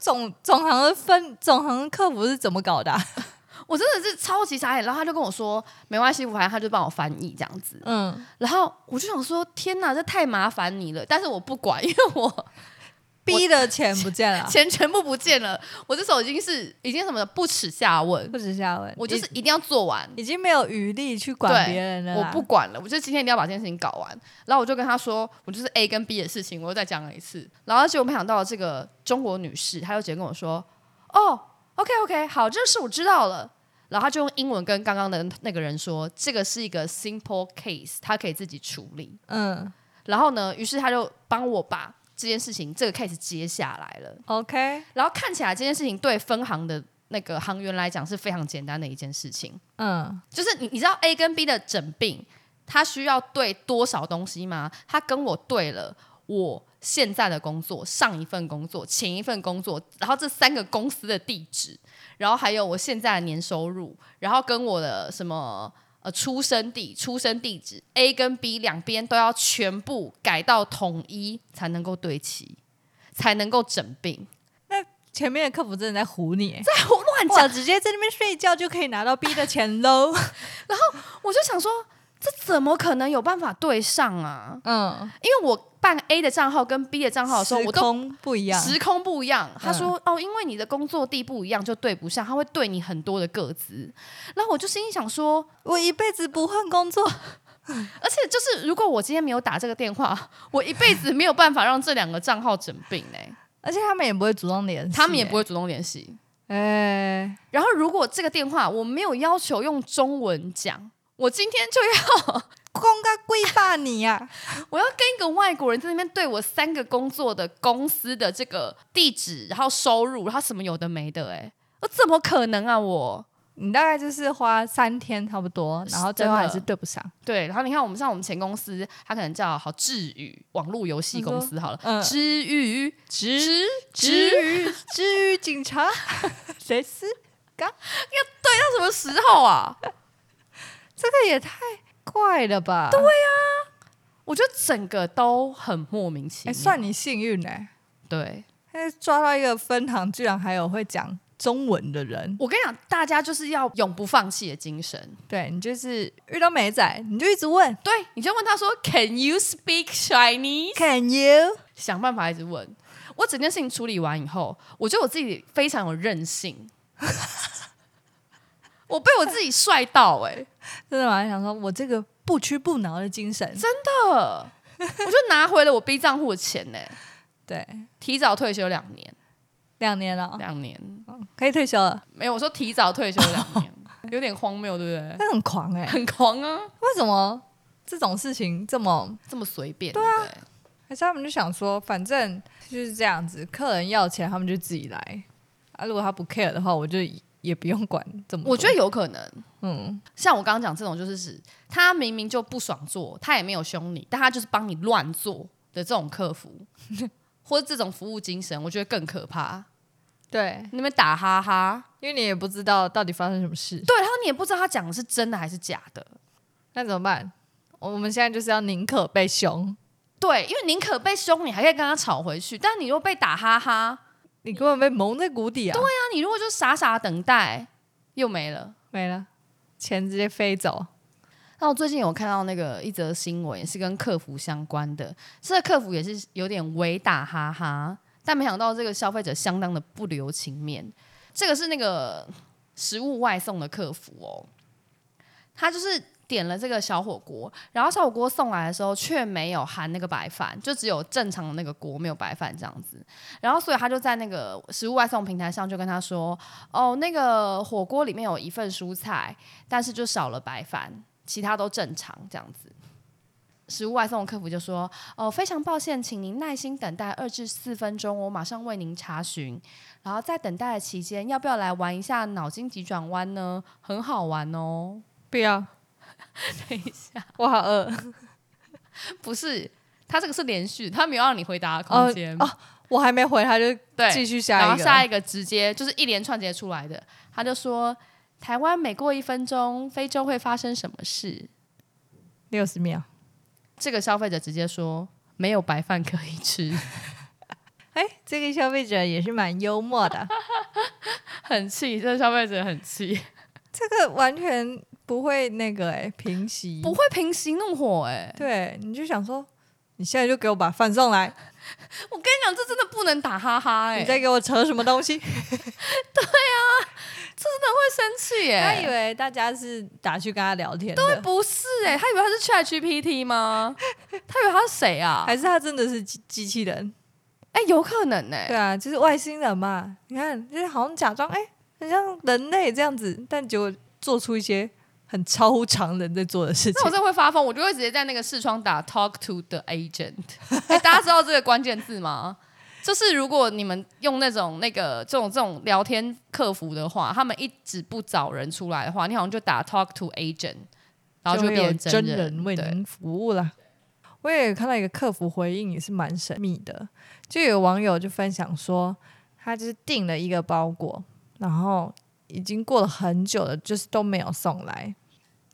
[SPEAKER 3] 总总行的分总行的客服是怎么搞的啊、
[SPEAKER 2] (laughs) 我真的是超级傻眼，然后他就跟我说没关系，反正他就帮我翻译这样子。
[SPEAKER 3] 嗯，
[SPEAKER 2] 然后我就想说天哪，这太麻烦你了，但是我不管， (laughs) 因为我
[SPEAKER 3] 逼的钱不见 (laughs) 了，啊
[SPEAKER 2] 钱全部不见了，我这时候已经是已经什么不耻下问，
[SPEAKER 3] 不止下文，
[SPEAKER 2] 我就是一定要做完。
[SPEAKER 3] 已已经没有余力去管
[SPEAKER 2] 对
[SPEAKER 3] 别人了
[SPEAKER 2] 我
[SPEAKER 3] 啦。
[SPEAKER 2] 不管了，我就今天一定要把这件事情搞完。然后我就跟他说，我就是 A 跟 B 的事情，我又再讲了一次。然后结果没想到这个中国女士，她又直接跟我说：“哦，OK OK，好，这事我知道了。”然后她就用英文跟刚刚的那个人说：“这个是一个 simple case，她可以自己处理。
[SPEAKER 3] 嗯”
[SPEAKER 2] 然后呢，于是她就帮我把这件事情这个 case 接下来了。
[SPEAKER 3] ，OK，
[SPEAKER 2] 然后看起来这件事情对分行的那个行员来讲是非常简单的一件事情。
[SPEAKER 3] 嗯
[SPEAKER 2] 就是你你知道 A 跟 B 的诊病，它需要对多少东西吗？他跟我对了我现在的工作、上一份工作、前一份工作，然后这三个公司的地址，然后还有我现在的年收入，然后跟我的什么。呃，出生地、出生地址，A 跟 B 两边都要全部改到统一，才能够对齐，才能够诊病。
[SPEAKER 3] 前面的客服真的在唬你欸，
[SPEAKER 2] 在胡乱讲
[SPEAKER 3] 哇，直接在那边睡觉就可以拿到 B 的钱喽。
[SPEAKER 2] 我就想说，这怎么可能有办法对上啊？
[SPEAKER 3] (laughs) 嗯，
[SPEAKER 2] 因为我办 A 的账号跟 B 的账号的时候，
[SPEAKER 3] 时
[SPEAKER 2] 我都
[SPEAKER 3] 空不一样，嗯
[SPEAKER 2] 时空不一样。他说、哦，因为你的工作地不一样，就对不上，他会对你很多的个资。然后我就心里想说，
[SPEAKER 3] 我一辈子不换工作。
[SPEAKER 2] 而且就是如果我今天没有打这个电话，我一辈子没有办法让这两个账号整并
[SPEAKER 3] (laughs)
[SPEAKER 2] 哎、
[SPEAKER 3] 而且他们也不会主动联系欸，
[SPEAKER 2] 他们也不会主动联系。
[SPEAKER 3] 哎、
[SPEAKER 2] 然后如果这个电话我没有要求用中文讲，我今天就要
[SPEAKER 3] 公个跪霸你啊呀、
[SPEAKER 2] 我要跟一个外国人在那边对我三个工作的公司的这个地址，然后收入，然后什么有的没的、欸，哎，我怎么可能啊我？
[SPEAKER 3] (laughs) 你大概就是花三天差不多，然后最
[SPEAKER 2] 真
[SPEAKER 3] 后
[SPEAKER 2] 的
[SPEAKER 3] 还是对不上。
[SPEAKER 2] 对，然后你看我们像我们前公司，它可能叫好智宇网络游戏公司好了，
[SPEAKER 3] 嗯
[SPEAKER 2] 智宇智
[SPEAKER 3] 至
[SPEAKER 2] 智，
[SPEAKER 3] 于至于警察， (laughs) 谁是？
[SPEAKER 2] 那什么时候啊？
[SPEAKER 3] 这个也太怪了吧？对，
[SPEAKER 2] 我觉得整个都很莫名其妙。
[SPEAKER 3] 哎、算你幸运哎、
[SPEAKER 2] 对，
[SPEAKER 3] 哎、但是抓到一个分行，居然还有会讲中文的人，
[SPEAKER 2] 我跟你讲，大家就是要永不放弃的精神。
[SPEAKER 3] 对你就是遇到美仔，你就一直问
[SPEAKER 2] 对，你就问他说，Can you speak Chinese？
[SPEAKER 3] Can you？
[SPEAKER 2] 想办法一直问。我整件事情处理完以后，我觉得我自己非常有韧性， (laughs) 我被我自己帅到哎、
[SPEAKER 3] 真的吗？想说我这个不屈不挠的精神，
[SPEAKER 2] 真的，我就拿回了我 B 账户的钱呢、
[SPEAKER 3] 对，
[SPEAKER 2] 提早退休两年，
[SPEAKER 3] 两年了，
[SPEAKER 2] 两年
[SPEAKER 3] 可以退休了，
[SPEAKER 2] 没有，我说提早退休两 (laughs) 年，有点荒谬，对不对？
[SPEAKER 3] 那很狂哎、
[SPEAKER 2] 很狂啊，
[SPEAKER 3] 为什么这种事情这么？
[SPEAKER 2] 这么随便，对啊，
[SPEAKER 3] 还是他们就想说，反正就是这样子，客人要钱他们就自己来啊。如果他不 care 的话，我就也不用管这么多。
[SPEAKER 2] 我觉得有可能。
[SPEAKER 3] 嗯，
[SPEAKER 2] 像我刚刚讲这种，就是指他明明就不爽做，他也没有凶你，但他就是帮你乱做的这种客服， (laughs) 或者这种服务精神，我觉得更可怕。
[SPEAKER 3] 对，
[SPEAKER 2] 那边打哈哈，
[SPEAKER 3] 因为你也不知道到底发生什么事，
[SPEAKER 2] 对，然后你也不知道他讲的是真的还是假的，
[SPEAKER 3] 那怎么办？我们现在就是要宁可被凶，
[SPEAKER 2] 对，因为宁可被凶，你还可以跟他吵回去，但你又被打哈哈，
[SPEAKER 3] 你根本被蒙在鼓底啊！对呀、
[SPEAKER 2] 那你如果就傻傻等待，又没了。
[SPEAKER 3] 没了，钱直接飞走。
[SPEAKER 2] 那我最近有看到那个一则新闻，也是跟客服相关的。这个客服也是有点微打哈哈，但没想到这个消费者相当的不留情面。这个是那个食物外送的客服哦，他就是点了这个小火锅，然后小火锅送来的时候却没有含那个白饭，就只有正常的那个锅没有白饭这样子。然后所以他就在那个食物外送平台上就跟他说：“哦，那个火锅里面有一份蔬菜，但是就少了白饭。”其他都正常这样子。食物外送的客服就说：“哦，非常抱歉，请您耐心等待二至四分钟，我马上为您查询。然后在等待的期间，要不要来玩一下脑筋急转弯呢？很好玩哦。
[SPEAKER 3] 不 (laughs) 要，
[SPEAKER 2] 等一下，
[SPEAKER 3] 我好饿。
[SPEAKER 2] (laughs) 不是，他这个是连续，他没有让你回答的空间。
[SPEAKER 3] 哦我还没回，他就
[SPEAKER 2] 对，
[SPEAKER 3] 继续
[SPEAKER 2] 然
[SPEAKER 3] 下
[SPEAKER 2] 后
[SPEAKER 3] 一个。
[SPEAKER 2] 下一个直接就是一连串直接出来的，他就说：台湾每过一分钟，非洲会发生什么事？
[SPEAKER 3] 六十秒。
[SPEAKER 2] 这个消费者直接说没有白饭可以吃。”
[SPEAKER 3] 哎，这个消费者也是蛮幽默的，
[SPEAKER 2] 很气，这个消费者很气，
[SPEAKER 3] (laughs) 这个完全不会那个哎、平息。欸
[SPEAKER 2] 不会平息怒火哎、
[SPEAKER 3] 对，你就想说，你现在就给我把饭送来，
[SPEAKER 2] 我跟你讲，这真的不能打哈哈哎、
[SPEAKER 3] 你
[SPEAKER 2] 真
[SPEAKER 3] 再给我扯什么东 (laughs) 西？
[SPEAKER 2] 生气
[SPEAKER 3] 他
[SPEAKER 2] 哎、
[SPEAKER 3] 以为大家是打去跟他聊天的，
[SPEAKER 2] 不是哎、他以为他是 ChatGPT 吗？他以为他是谁啊？
[SPEAKER 3] 还是他真的是机机器人？
[SPEAKER 2] 哎、有可能哎、
[SPEAKER 3] 对啊，就是外星人嘛。你看，就是好像假装哎、很像人类这样子，但结果做出一些很超乎常人在做的事
[SPEAKER 2] 那我
[SPEAKER 3] 情。
[SPEAKER 2] 真的会发疯，我就会直接在那个视窗打 “talk to the agent”。哎、 (laughs) 大家知道这个关键字吗？就是如果你们用那种那个这种这种聊天客服的话，他们一直不找人出来的话，你好像就打 “talk to agent”，然后
[SPEAKER 3] 就
[SPEAKER 2] 就会
[SPEAKER 3] 会有
[SPEAKER 2] 变成
[SPEAKER 3] 真
[SPEAKER 2] 人
[SPEAKER 3] 人为
[SPEAKER 2] 对
[SPEAKER 3] 您服务啦。我也有看到一个客服回应也是蛮神秘的，就有网友就分享说，他就是订了一个包裹，然后已经过了很久了，就是都没有送来，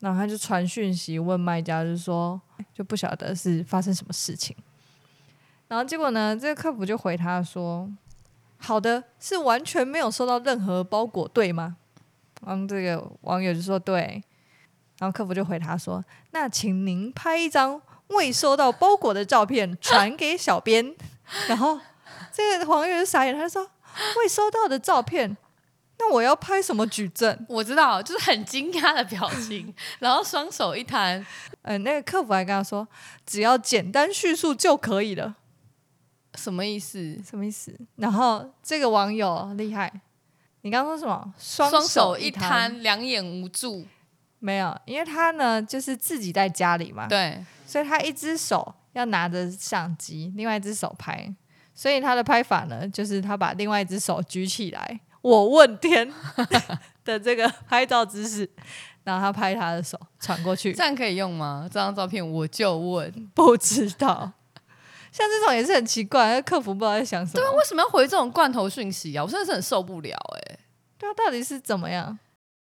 [SPEAKER 3] 然后他就传讯息问卖家，就说就不晓得是发生什么事情，然后结果呢，这个客服就回他说，好的，是完全没有收到任何包裹，对吗？然后这个网友就说对，然后客服就回他说：“那请您拍一张未收到包裹的照片传给小编。” (laughs) 然后这个黄月就傻眼，他就说：“未收到的照片，那我要拍什么举证
[SPEAKER 2] 我知道，就是很惊讶的表
[SPEAKER 3] (laughs)
[SPEAKER 2] 情，然后双手一摊，？”
[SPEAKER 3] 呃，那个客服还跟他说：“只要简单叙述就可以了。
[SPEAKER 2] 什么意思”？
[SPEAKER 3] 什么意思？然后这个网友厉害，你刚刚说什么？双
[SPEAKER 2] 双
[SPEAKER 3] 手
[SPEAKER 2] 手一
[SPEAKER 3] 摊？
[SPEAKER 2] 摊，两眼无助。
[SPEAKER 3] 没有，因为他呢就是自己在家里嘛，
[SPEAKER 2] 对，
[SPEAKER 3] 所以他一只手要拿着相机，另外一只手拍。所以他的拍法呢，就是他把另外一只手举起来，我问天 (laughs) 的这个拍照姿势，然后他拍他的手传过去 (laughs)
[SPEAKER 2] 这，样可以用吗？这张照片我就问，
[SPEAKER 3] 不知道。像这种也是很奇怪，那客服不知道在想什么。欸
[SPEAKER 2] 为什么要回这种罐头讯息啊？我真的是很受不了哎、
[SPEAKER 3] 对啊，到底是怎么样？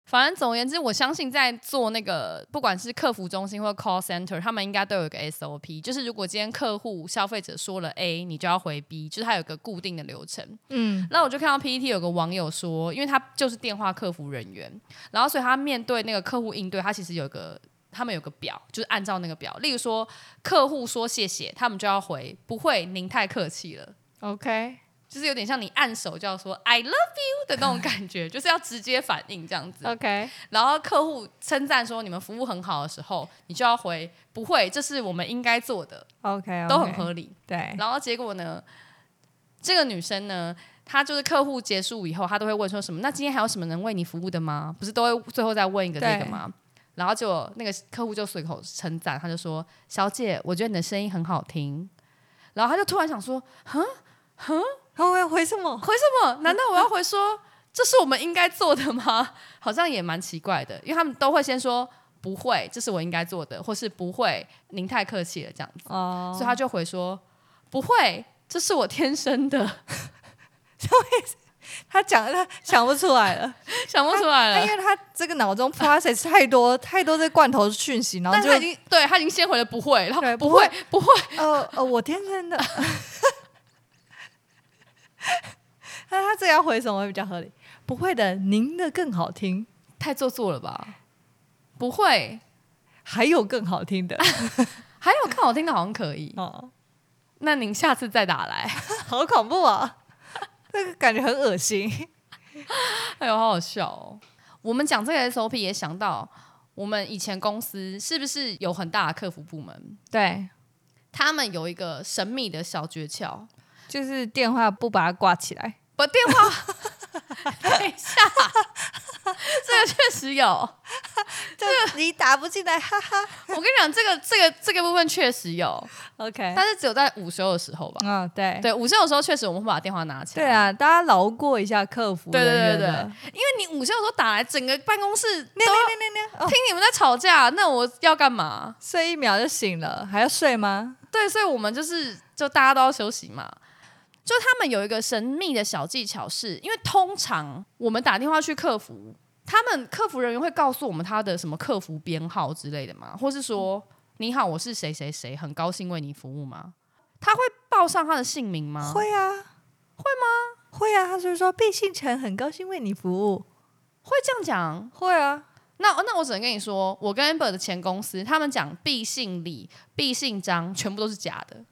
[SPEAKER 2] 反正总而言之，我相信在做那个不管是客服中心或 call center，他们应该都有一个 SOP，就是如果今天客户消费者说了 A，你就要回 B，就是它有一个固定的流程。
[SPEAKER 3] 嗯，
[SPEAKER 2] 那我就看到 PPT 有个网友说，因为他就是电话客服人员，然后所以他面对那个客户应对，他其实有个他们有个表，就是按照那个表，例如说客户说谢谢，他们就要回不会，您太客气了。
[SPEAKER 3] OK，
[SPEAKER 2] 就是有点像你按手就要说 I love you 的那种感觉，就是要直接反应这样子。
[SPEAKER 3] OK，
[SPEAKER 2] 然后客户称赞说你们服务很好的时候，你就要回不会，这是我们应该做的，
[SPEAKER 3] OK，哎
[SPEAKER 2] 都很合理。
[SPEAKER 3] 对，
[SPEAKER 2] 然后结果呢，这个女生呢，她就是客户结束以后，她都会问说什么？那今天还有什么能为你服务的吗？不是都会最后再问一个这个
[SPEAKER 3] 对
[SPEAKER 2] 吗？然后就那个客户就随口称赞，他就说：“小姐，我觉得你的声音很好听。”然后他就突然想说：“
[SPEAKER 3] 他会回什么？
[SPEAKER 2] 回什么？哦难道我要回说这是我们应该做的吗？ (laughs) 好像也蛮奇怪的，因为他们都会先说不会，这是我应该做的，或是不会，您太客气了这样子，
[SPEAKER 3] 哦
[SPEAKER 2] 所以他就回说不会，这是我天生的， (laughs)
[SPEAKER 3] 他讲他想不出来 (laughs) 了，
[SPEAKER 2] 想不出来
[SPEAKER 3] 他
[SPEAKER 2] 了
[SPEAKER 3] 因。为他这个脑中 process 太多太多这罐头讯息，然后
[SPEAKER 2] 但
[SPEAKER 3] 就
[SPEAKER 2] 他已经对他已经先回了不会，然
[SPEAKER 3] 对
[SPEAKER 2] 后
[SPEAKER 3] 不
[SPEAKER 2] 不
[SPEAKER 3] 会
[SPEAKER 2] 会不会，
[SPEAKER 3] 呃呃，我天生的。 (laughs) 那他这个要回什么会比较合理？不会的，您的更好听，
[SPEAKER 2] 太做作了吧？不会，
[SPEAKER 3] 还有更好听的 (laughs)
[SPEAKER 2] 还有更好听的，好像可以。
[SPEAKER 3] 哦，
[SPEAKER 2] 那您下次再打来，
[SPEAKER 3] 好恐怖啊！这个感觉很恶心。
[SPEAKER 2] 哎呦，好好笑哦！我们讲这个 SOP 也想到，我们以前公司是不是有很大的客服部门？
[SPEAKER 3] 对，
[SPEAKER 2] 他们有一个神秘的小诀窍，
[SPEAKER 3] 就是电话不把它挂起来，
[SPEAKER 2] 把电话 (laughs) 等一下，这个确实有。我
[SPEAKER 3] 这你打不进来，哈哈。
[SPEAKER 2] 跟你讲，这个这个这个部分确实有，
[SPEAKER 3] (laughs) OK，
[SPEAKER 2] 但是只有在午休的时候吧。
[SPEAKER 3] 嗯，对，
[SPEAKER 2] 对，午休的时候确实我们会把电话拿起来。
[SPEAKER 3] 对，啊，大家牢过一下客服
[SPEAKER 2] 对对
[SPEAKER 3] 人员
[SPEAKER 2] 对对
[SPEAKER 3] 的
[SPEAKER 2] 因为你午休的时候打来，整个办公室
[SPEAKER 3] 那那那那那，哦
[SPEAKER 2] 听你们在吵架，那我要干嘛？
[SPEAKER 3] 睡一秒就醒了，还要睡吗？
[SPEAKER 2] 对，所以我们就是就大家都要休息嘛。就他们有一个神秘的小技巧是，因为通常我们打电话去客服，他们客服人员会告诉我们他的什么客服编号之类的嘛，或是说“你好，我是谁谁谁，很高兴为你服务”吗？他会报上他的姓名吗？
[SPEAKER 3] 会啊，会吗？会啊，他是说毕信成很高兴为你服务。
[SPEAKER 2] 会这样讲？
[SPEAKER 3] 会啊，
[SPEAKER 2] 那哦那我只能跟你说，我跟 Amber 的前公司，他们讲必姓李、必姓张，全部都是假的，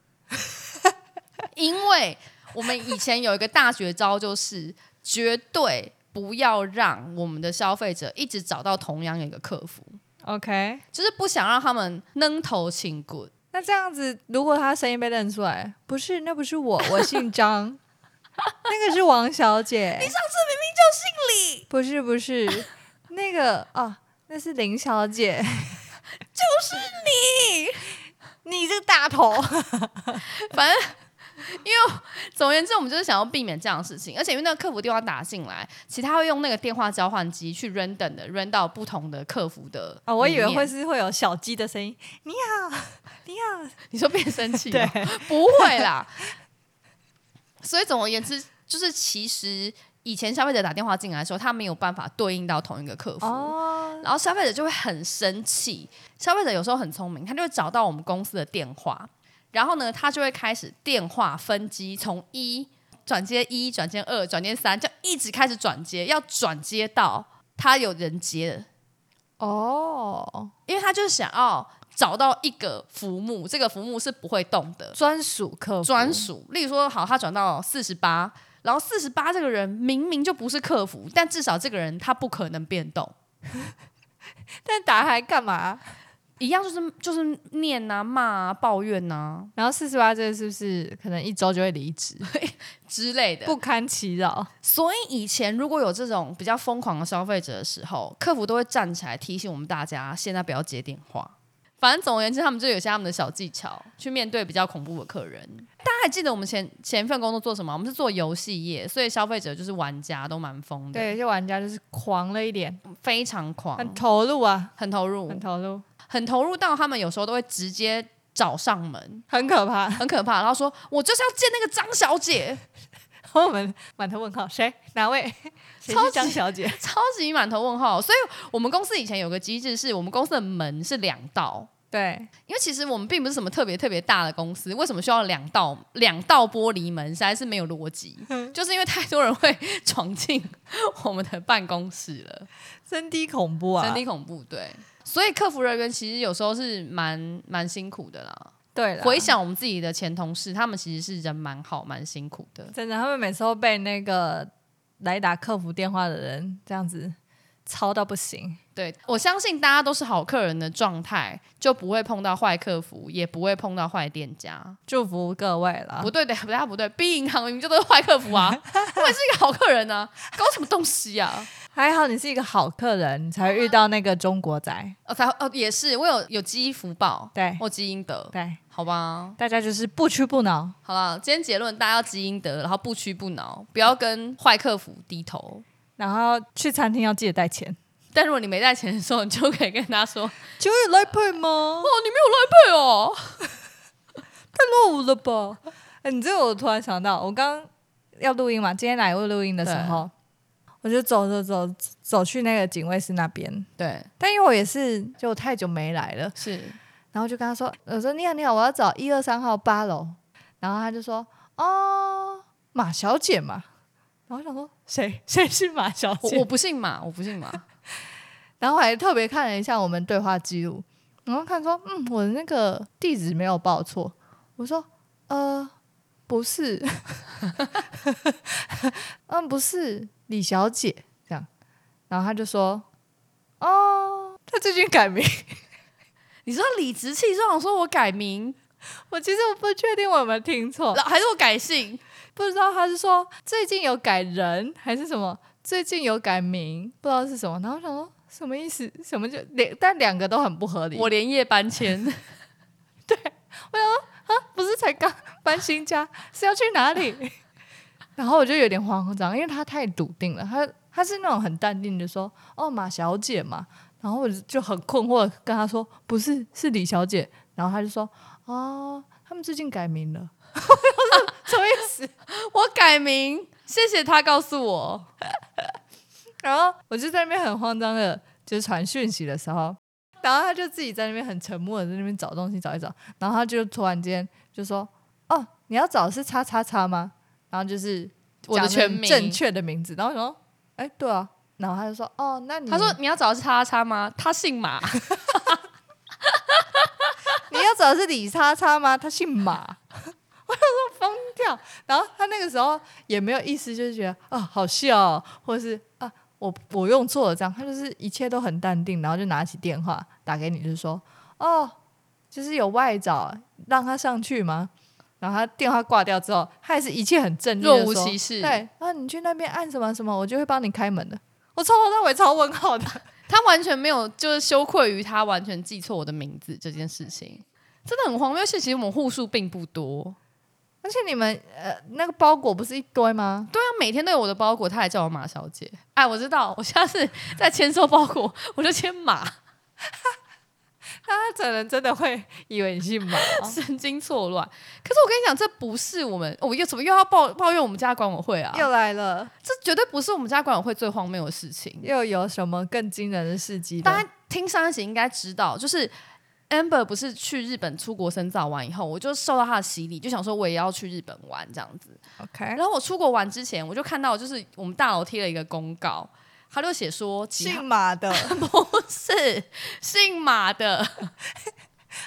[SPEAKER 2] (laughs) 因为我们以前有一个大绝招，就是绝对不要让我们的消费者一直找到同样一个客服，
[SPEAKER 3] OK。
[SPEAKER 2] 就是不想让他们扔头轻滚。
[SPEAKER 3] 那这样子，如果他声音被认出来，不是，那不是我， (laughs) 我姓张，那个是王小姐。你上次明明就姓李。不是不是，那个啊，那是林小 (laughs) 姐，就是你，你这个大头。
[SPEAKER 2] 反正，因为总而言之，我们就是想要避免这样的事情，而且因为那个客服电话打进来，其实他会用那个电话交换机去 random 的 random 到不同的客服的
[SPEAKER 3] 哦，我
[SPEAKER 2] 里
[SPEAKER 3] 以为
[SPEAKER 2] 面
[SPEAKER 3] 会是会有小鸡的声音。你好，你好，
[SPEAKER 2] 你说变声器、
[SPEAKER 3] 对
[SPEAKER 2] 哦，不会啦。所以总而言之，就是其实以前消费者打电话进来的时候，他没有办法对应到同一个客服，
[SPEAKER 3] 哦，
[SPEAKER 2] 然后消费者就会很生气。消费者有时候很聪明，他就会找到我们公司的电话，然后呢，他就会开始电话分机，从一转接一，转接二，转接三，就一直开始转接，要转接到他有人接的
[SPEAKER 3] 哦，
[SPEAKER 2] 因为他就是想要找到一个服务，这个服务是不会动的，
[SPEAKER 3] 专属客服，
[SPEAKER 2] 专属。例如说，好，他转到四十八，然后四十八这个人明明就不是客服，但至少这个人他不可能变动，
[SPEAKER 3] 但打还干嘛？
[SPEAKER 2] 一样就是就是念啊、骂啊、抱怨啊
[SPEAKER 3] 然后四十八这是不是可能一周就会离 (laughs) 职，
[SPEAKER 2] 之类的。
[SPEAKER 3] 不堪其扰？
[SPEAKER 2] 所以以前如果有这种比较疯狂的消费者的时候，客服都会站起来提醒我们大家，现在不要接电话。反正总而言之，他们就有些他们的小技巧去面对比较恐怖的客人。大家还记得我们前前一份工作做什么？我们是做游戏业，所以消费者就是玩家都蛮疯的，
[SPEAKER 3] 对，有些玩家就是狂了一点，
[SPEAKER 2] 非常狂，
[SPEAKER 3] 很投入啊，
[SPEAKER 2] 很投入，
[SPEAKER 3] 很投入，
[SPEAKER 2] 很投入到他们有时候都会直接找上门，
[SPEAKER 3] 很可怕， (laughs)
[SPEAKER 2] 很可怕。然后说：“我就是要见那个张小姐。” (laughs)
[SPEAKER 3] 后我们满头问号，谁哪位？ (laughs) 谁
[SPEAKER 2] 超
[SPEAKER 3] 是
[SPEAKER 2] 级
[SPEAKER 3] 张小姐？
[SPEAKER 2] 超级满头问号。所以我们公司以前有个机制是，我们公司的门是两道。
[SPEAKER 3] (laughs) 对，
[SPEAKER 2] 因为其实我们并不是什么特别特别大的公司，为什么需要两道两道玻璃门？实在是没有逻辑，
[SPEAKER 3] 嗯
[SPEAKER 2] 就是因为太多人会闯进我们的办公室了，
[SPEAKER 3] (laughs) 真的恐怖啊！
[SPEAKER 2] 真的恐怖。对，所以客服人员其实有时候是蛮蛮辛苦的啦。
[SPEAKER 3] 对了，
[SPEAKER 2] 回想我们自己的前同事，他们其实是人蛮好、蛮辛苦的。
[SPEAKER 3] 真的，他们每次都被那个来打客服电话的人这样子操到不行。
[SPEAKER 2] 对我相信大家都是好客人的状态，就不会碰到坏客服，也不会碰到坏店家。
[SPEAKER 3] 祝福各位了
[SPEAKER 2] 不，对，对，不对，不对，B 银行明明就都是坏客服啊， (laughs) 我也是一个好客人啊，搞什么东西啊？
[SPEAKER 3] 还好你是一个好客人，你才会遇到那个中国仔。
[SPEAKER 2] (laughs) 哦，才哦也是，我有有积福报，
[SPEAKER 3] 对
[SPEAKER 2] 我积阴德，
[SPEAKER 3] 对，
[SPEAKER 2] 好吧，
[SPEAKER 3] 大家就是不屈不挠，
[SPEAKER 2] 好了，今天结论大家要积阴德，然后不屈不挠，不要跟坏客服低头。
[SPEAKER 3] 然后去餐厅要记得带钱。
[SPEAKER 2] 但如果你没带钱的时候，你就可以跟他 (laughs) 说
[SPEAKER 3] 酒有来配吗：“
[SPEAKER 2] 哦，？你没有来配哦。
[SPEAKER 3] 太落伍了吧！哎，你这个我突然想到，我刚要录音嘛，今天来录音的时候，我就走走走走去那个警卫室那边，”
[SPEAKER 2] 对，
[SPEAKER 3] 但因为我也是就我太久没来了，
[SPEAKER 2] 是
[SPEAKER 3] 然后就跟他说：“我说你好，你好，我要找一二三号八楼。”然后他就说：“哦，马小姐嘛。”然后我想说谁 (laughs) 谁是马小
[SPEAKER 2] 我
[SPEAKER 3] 姐？
[SPEAKER 2] 我不信嘛， (laughs) 我不信嘛。
[SPEAKER 3] 然后还特别看了一下我们对话记录，然后看说：“嗯，我的那个地址没有报错。”我说：“呃，不是， (laughs) 嗯，不是李小姐这样。”然后他就说：“哦，他最近改名。” (laughs)
[SPEAKER 2] 你说理直气壮地说我改名，
[SPEAKER 3] 我其实我不确定我有没有听错，
[SPEAKER 2] 还是我改姓？
[SPEAKER 3] 不知道他是说最近有改人还是什么，最近有改名，不知道是什么。然后我想说什么意思？什么就两，但两个都很不合理。
[SPEAKER 2] 我连夜搬迁， (laughs)
[SPEAKER 3] (laughs) 不是才刚搬新家，是要去哪里？ (laughs) 然后我就有点慌张，因为他太笃定了，他他是那种很淡定的说：“哦，马小姐嘛。”然后我就很困惑，跟他说：“不是，是李小姐。”然后他就说：“哦，他们最近改名了。” (laughs) 我想说什么意思？
[SPEAKER 2] 我改名，谢谢他告诉我。
[SPEAKER 3] 然后我就在那边很慌张的，就是传讯息的时候，然后他就自己在那边很沉默的在那边找东西找一找，然后他就突然间就说：“哦，你要找的是叉叉叉吗？”然后就是
[SPEAKER 2] 我的
[SPEAKER 3] 讲
[SPEAKER 2] 全
[SPEAKER 3] 那
[SPEAKER 2] 名
[SPEAKER 3] 正确的名字，然后我说：“哎，对啊。”然后他就说：“哦，那你
[SPEAKER 2] 他说你要找的是叉叉吗？他姓马，
[SPEAKER 3] (laughs) 你要找的是李叉叉吗？他姓马。” (laughs) 我想说疯掉。然后他那个时候也没有意思，就是觉得啊好笑哦、或者是啊我我用错了这样，他就是一切都很淡定，然后就拿起电话打给你，就说哦，就是有外找，让他上去吗？然后他电话挂掉之后，他还是一切很镇定，
[SPEAKER 2] 若无其
[SPEAKER 3] 地
[SPEAKER 2] 事
[SPEAKER 3] 说。对，啊，你去那边按什么什么，我就会帮你开门的。我从头到尾超问号的，
[SPEAKER 2] 他完全没有就是羞愧于他完全记错我的名字这件事情，真的很荒谬。而且其实我们户数并不多，
[SPEAKER 3] 而且你们呃那个包裹不是一堆吗？
[SPEAKER 2] 对啊，每天都有我的包裹，他还叫我马小姐。哎，我知道，我下次再签收包裹，我就签马，
[SPEAKER 3] 他整人真的会以为你姓马、
[SPEAKER 2] 神经错乱。可是我跟你讲，这不是我们，我、哦又怎么又要抱抱怨我们家管委会啊？
[SPEAKER 3] (laughs) 又来了，
[SPEAKER 2] 这绝对不是我们家管委会最荒谬的事情。
[SPEAKER 3] 又有什么更惊人的事迹呢？
[SPEAKER 2] 大家听上一集应该知道，就是 Amber 不是去日本出国深造完以后，我就受到她的洗礼，就想说我也要去日本玩这样子。
[SPEAKER 3] OK，
[SPEAKER 2] 然后我出国玩之前，我就看到就是我们大楼贴了一个公告，他就写 (laughs) 说几号
[SPEAKER 3] 姓马的，
[SPEAKER 2] 不是姓马的，
[SPEAKER 3] (laughs)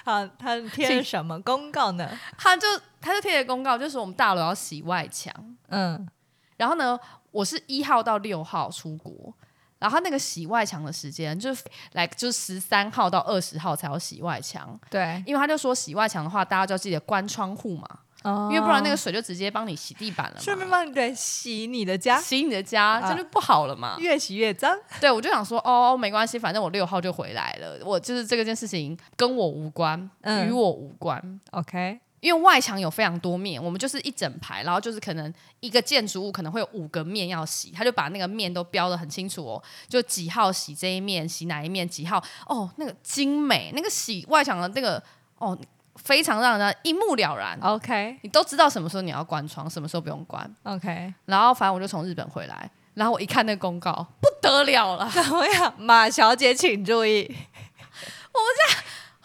[SPEAKER 3] 好，他贴了什么公告呢？
[SPEAKER 2] 他就他就贴了公告，就说我们大楼要洗外墙。
[SPEAKER 3] (laughs) 嗯，
[SPEAKER 2] 然后呢，我是一号到六号出国。然后他那个洗外墙的时间就是来就是十三号到二十号才有洗外墙，
[SPEAKER 3] 对，
[SPEAKER 2] 因为他就说洗外墙的话，大家就要记得关窗户嘛，
[SPEAKER 3] 哦
[SPEAKER 2] 因为不然那个水就直接帮你洗地板了
[SPEAKER 3] 顺便
[SPEAKER 2] 嘛，
[SPEAKER 3] 帮你对洗你的家，
[SPEAKER 2] 洗你的家，这样就不好了嘛。
[SPEAKER 3] 越洗越脏。
[SPEAKER 2] 对，我就想说，哦，没关系，反正我六号就回来了，我就是这个件事情跟我无关，
[SPEAKER 3] 嗯
[SPEAKER 2] 与我无关。
[SPEAKER 3] OK，
[SPEAKER 2] 因为外墙有非常多面，我们就是一整排，然后就是可能一个建筑物可能会有五个面要洗，他就把那个面都标的很清楚哦，就几号洗这一面，洗哪一面，几号哦，那个精美，那个洗外墙的那个哦，非常让人家一目了然，
[SPEAKER 3] OK
[SPEAKER 2] 你都知道什么时候你要关窗，什么时候不用关。
[SPEAKER 3] OK，
[SPEAKER 2] 然后反正我就从日本回来，然后我一看那个公告，不得了了，
[SPEAKER 3] 怎么样？马小姐，请注意，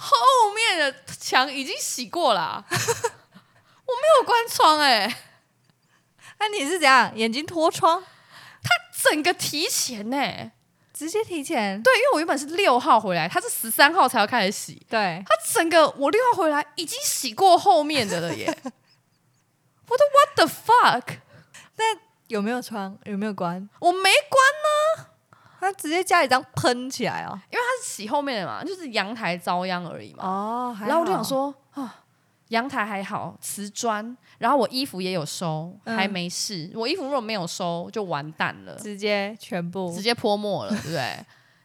[SPEAKER 2] 后面的墙已经洗过了啊，我没有关窗哎、
[SPEAKER 3] 那、啊你是怎样？眼睛脱窗，
[SPEAKER 2] 整个提前呢、
[SPEAKER 3] 直接提前？
[SPEAKER 2] 对，因为我原本是六号回来，他是十三号才要开始洗，
[SPEAKER 3] 对
[SPEAKER 2] 他整个我六号回来已经洗过后面的了耶， (laughs) 我的 what the fuck，
[SPEAKER 3] 有没有窗？有没有关？
[SPEAKER 2] 我没关，
[SPEAKER 3] 他直接加一张喷起来哦。
[SPEAKER 2] 因为他是洗后面的嘛，就是阳台遭殃而已嘛。
[SPEAKER 3] 哦，
[SPEAKER 2] 然后我就想，说啊，阳台还好，瓷砖，然后我衣服也有收，
[SPEAKER 3] 嗯
[SPEAKER 2] 还没事。我衣服如果没有收，就完蛋了，
[SPEAKER 3] 直接全部
[SPEAKER 2] 直接泼墨了，对不对？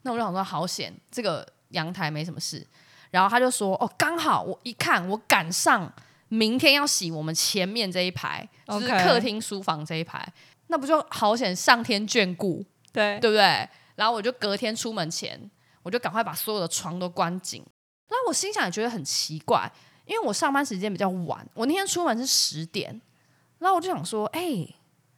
[SPEAKER 2] 那我就想说，好险，这个阳台没什么事。然后他就说，哦，刚好我一看，我赶上明天要洗我们前面这一排，就是
[SPEAKER 3] OK
[SPEAKER 2] 客厅、书房这一排，那不就好险上天眷顾？
[SPEAKER 3] 对
[SPEAKER 2] 对不对？然后我就隔天出门前，我就赶快把所有的窗都关紧。然后我心想也觉得很奇怪，因为我上班时间比较晚，我那天出门是十点，然后我就想说，哎、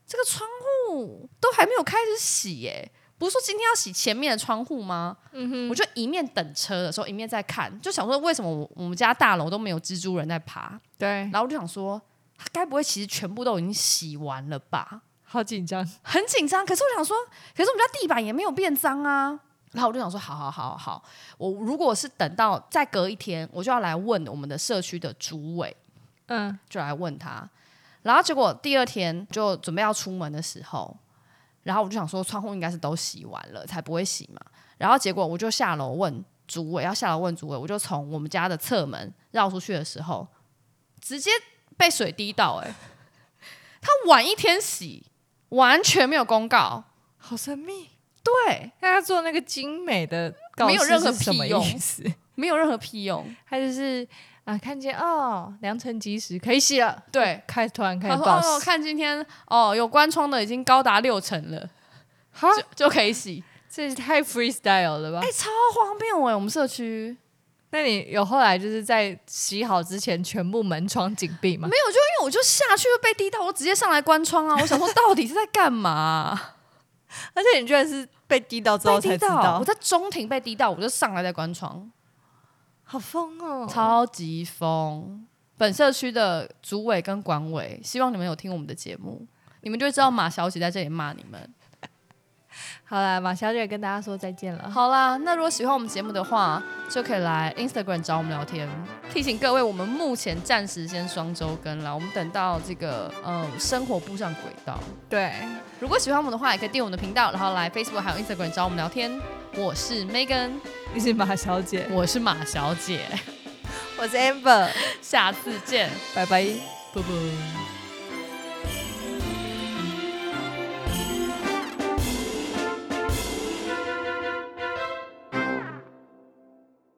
[SPEAKER 2] 这个窗户都还没有开始洗耶、不是说今天要洗前面的窗户吗？
[SPEAKER 3] 嗯哼
[SPEAKER 2] 我就一面等车的时候，一面在看，就想说为什么我我们家大楼都没有蜘蛛人在爬？
[SPEAKER 3] 对，
[SPEAKER 2] 然后我就想说，它该不会其实全部都已经洗完了吧？
[SPEAKER 3] 好紧张。
[SPEAKER 2] 很紧张。可是我想说，可是我们家地板也没有变脏啊。然后我就想说，好好好好，我如果是等到再隔一天，我就要来问我们的社区的主委，
[SPEAKER 3] 嗯，
[SPEAKER 2] 就来问他。然后结果第二天就准备要出门的时候，然后我就想说窗户应该是都洗完了，才不会洗嘛。然后结果我就下楼问主委，要下楼问主委，我就从我们家的侧门绕出去的时候，直接被水滴到、欸，哎，他晚一天洗，完全没有公告，
[SPEAKER 3] 好神秘。
[SPEAKER 2] 对，
[SPEAKER 3] 那他做那个精美的告
[SPEAKER 2] 没有任
[SPEAKER 3] 示
[SPEAKER 2] 何
[SPEAKER 3] 是什么
[SPEAKER 2] 屁用
[SPEAKER 3] 意思？
[SPEAKER 2] 没有任何屁用。
[SPEAKER 3] 他就是啊，看见哦，良辰吉时可以洗了，
[SPEAKER 2] 对，
[SPEAKER 3] 开突然开
[SPEAKER 2] 他
[SPEAKER 3] 始
[SPEAKER 2] 说
[SPEAKER 3] 报
[SPEAKER 2] 哦，
[SPEAKER 3] 喜，
[SPEAKER 2] 看今天哦，有关窗的已经高达六成了，
[SPEAKER 3] 哈，
[SPEAKER 2] 就就可以洗。
[SPEAKER 3] 这也太 freestyle 了吧？
[SPEAKER 2] 哎、超荒谬哎、我们社区。
[SPEAKER 3] 那你有后来就是在洗好之前全部门窗紧闭吗？
[SPEAKER 2] 没有，就因为我就下去就被滴到，我直接上来关窗啊！我想说到底是在干嘛、
[SPEAKER 3] (laughs) 而且你居然是被滴到之后
[SPEAKER 2] 被
[SPEAKER 3] 才
[SPEAKER 2] 滴
[SPEAKER 3] 知
[SPEAKER 2] 到，
[SPEAKER 3] 道
[SPEAKER 2] 我，在中庭被滴到，我就上来再关窗，
[SPEAKER 3] 好疯哦！
[SPEAKER 2] 超级疯。本社区的主委跟管委，希望你们有听我们的节目，你们就会知道马小姐在这里骂你们。
[SPEAKER 3] 好啦，马小姐跟大家说再见了。
[SPEAKER 2] 好啦，那如果喜欢我们节目的话，就可以来 Instagram 找我们聊天。提醒各位，我们目前暂时先双周更啦，我们等到这个呃生活步上轨道。
[SPEAKER 3] 对，
[SPEAKER 2] 如果喜欢我们的话，也可以订阅我们的频道，然后来 Facebook 还有 Instagram 找我们聊天。我是 Megan，
[SPEAKER 3] 你是马小姐，
[SPEAKER 2] 我是马小姐，
[SPEAKER 3] 我是 Amber，
[SPEAKER 2] (laughs) 下次见，
[SPEAKER 3] 拜拜。
[SPEAKER 2] 拜拜。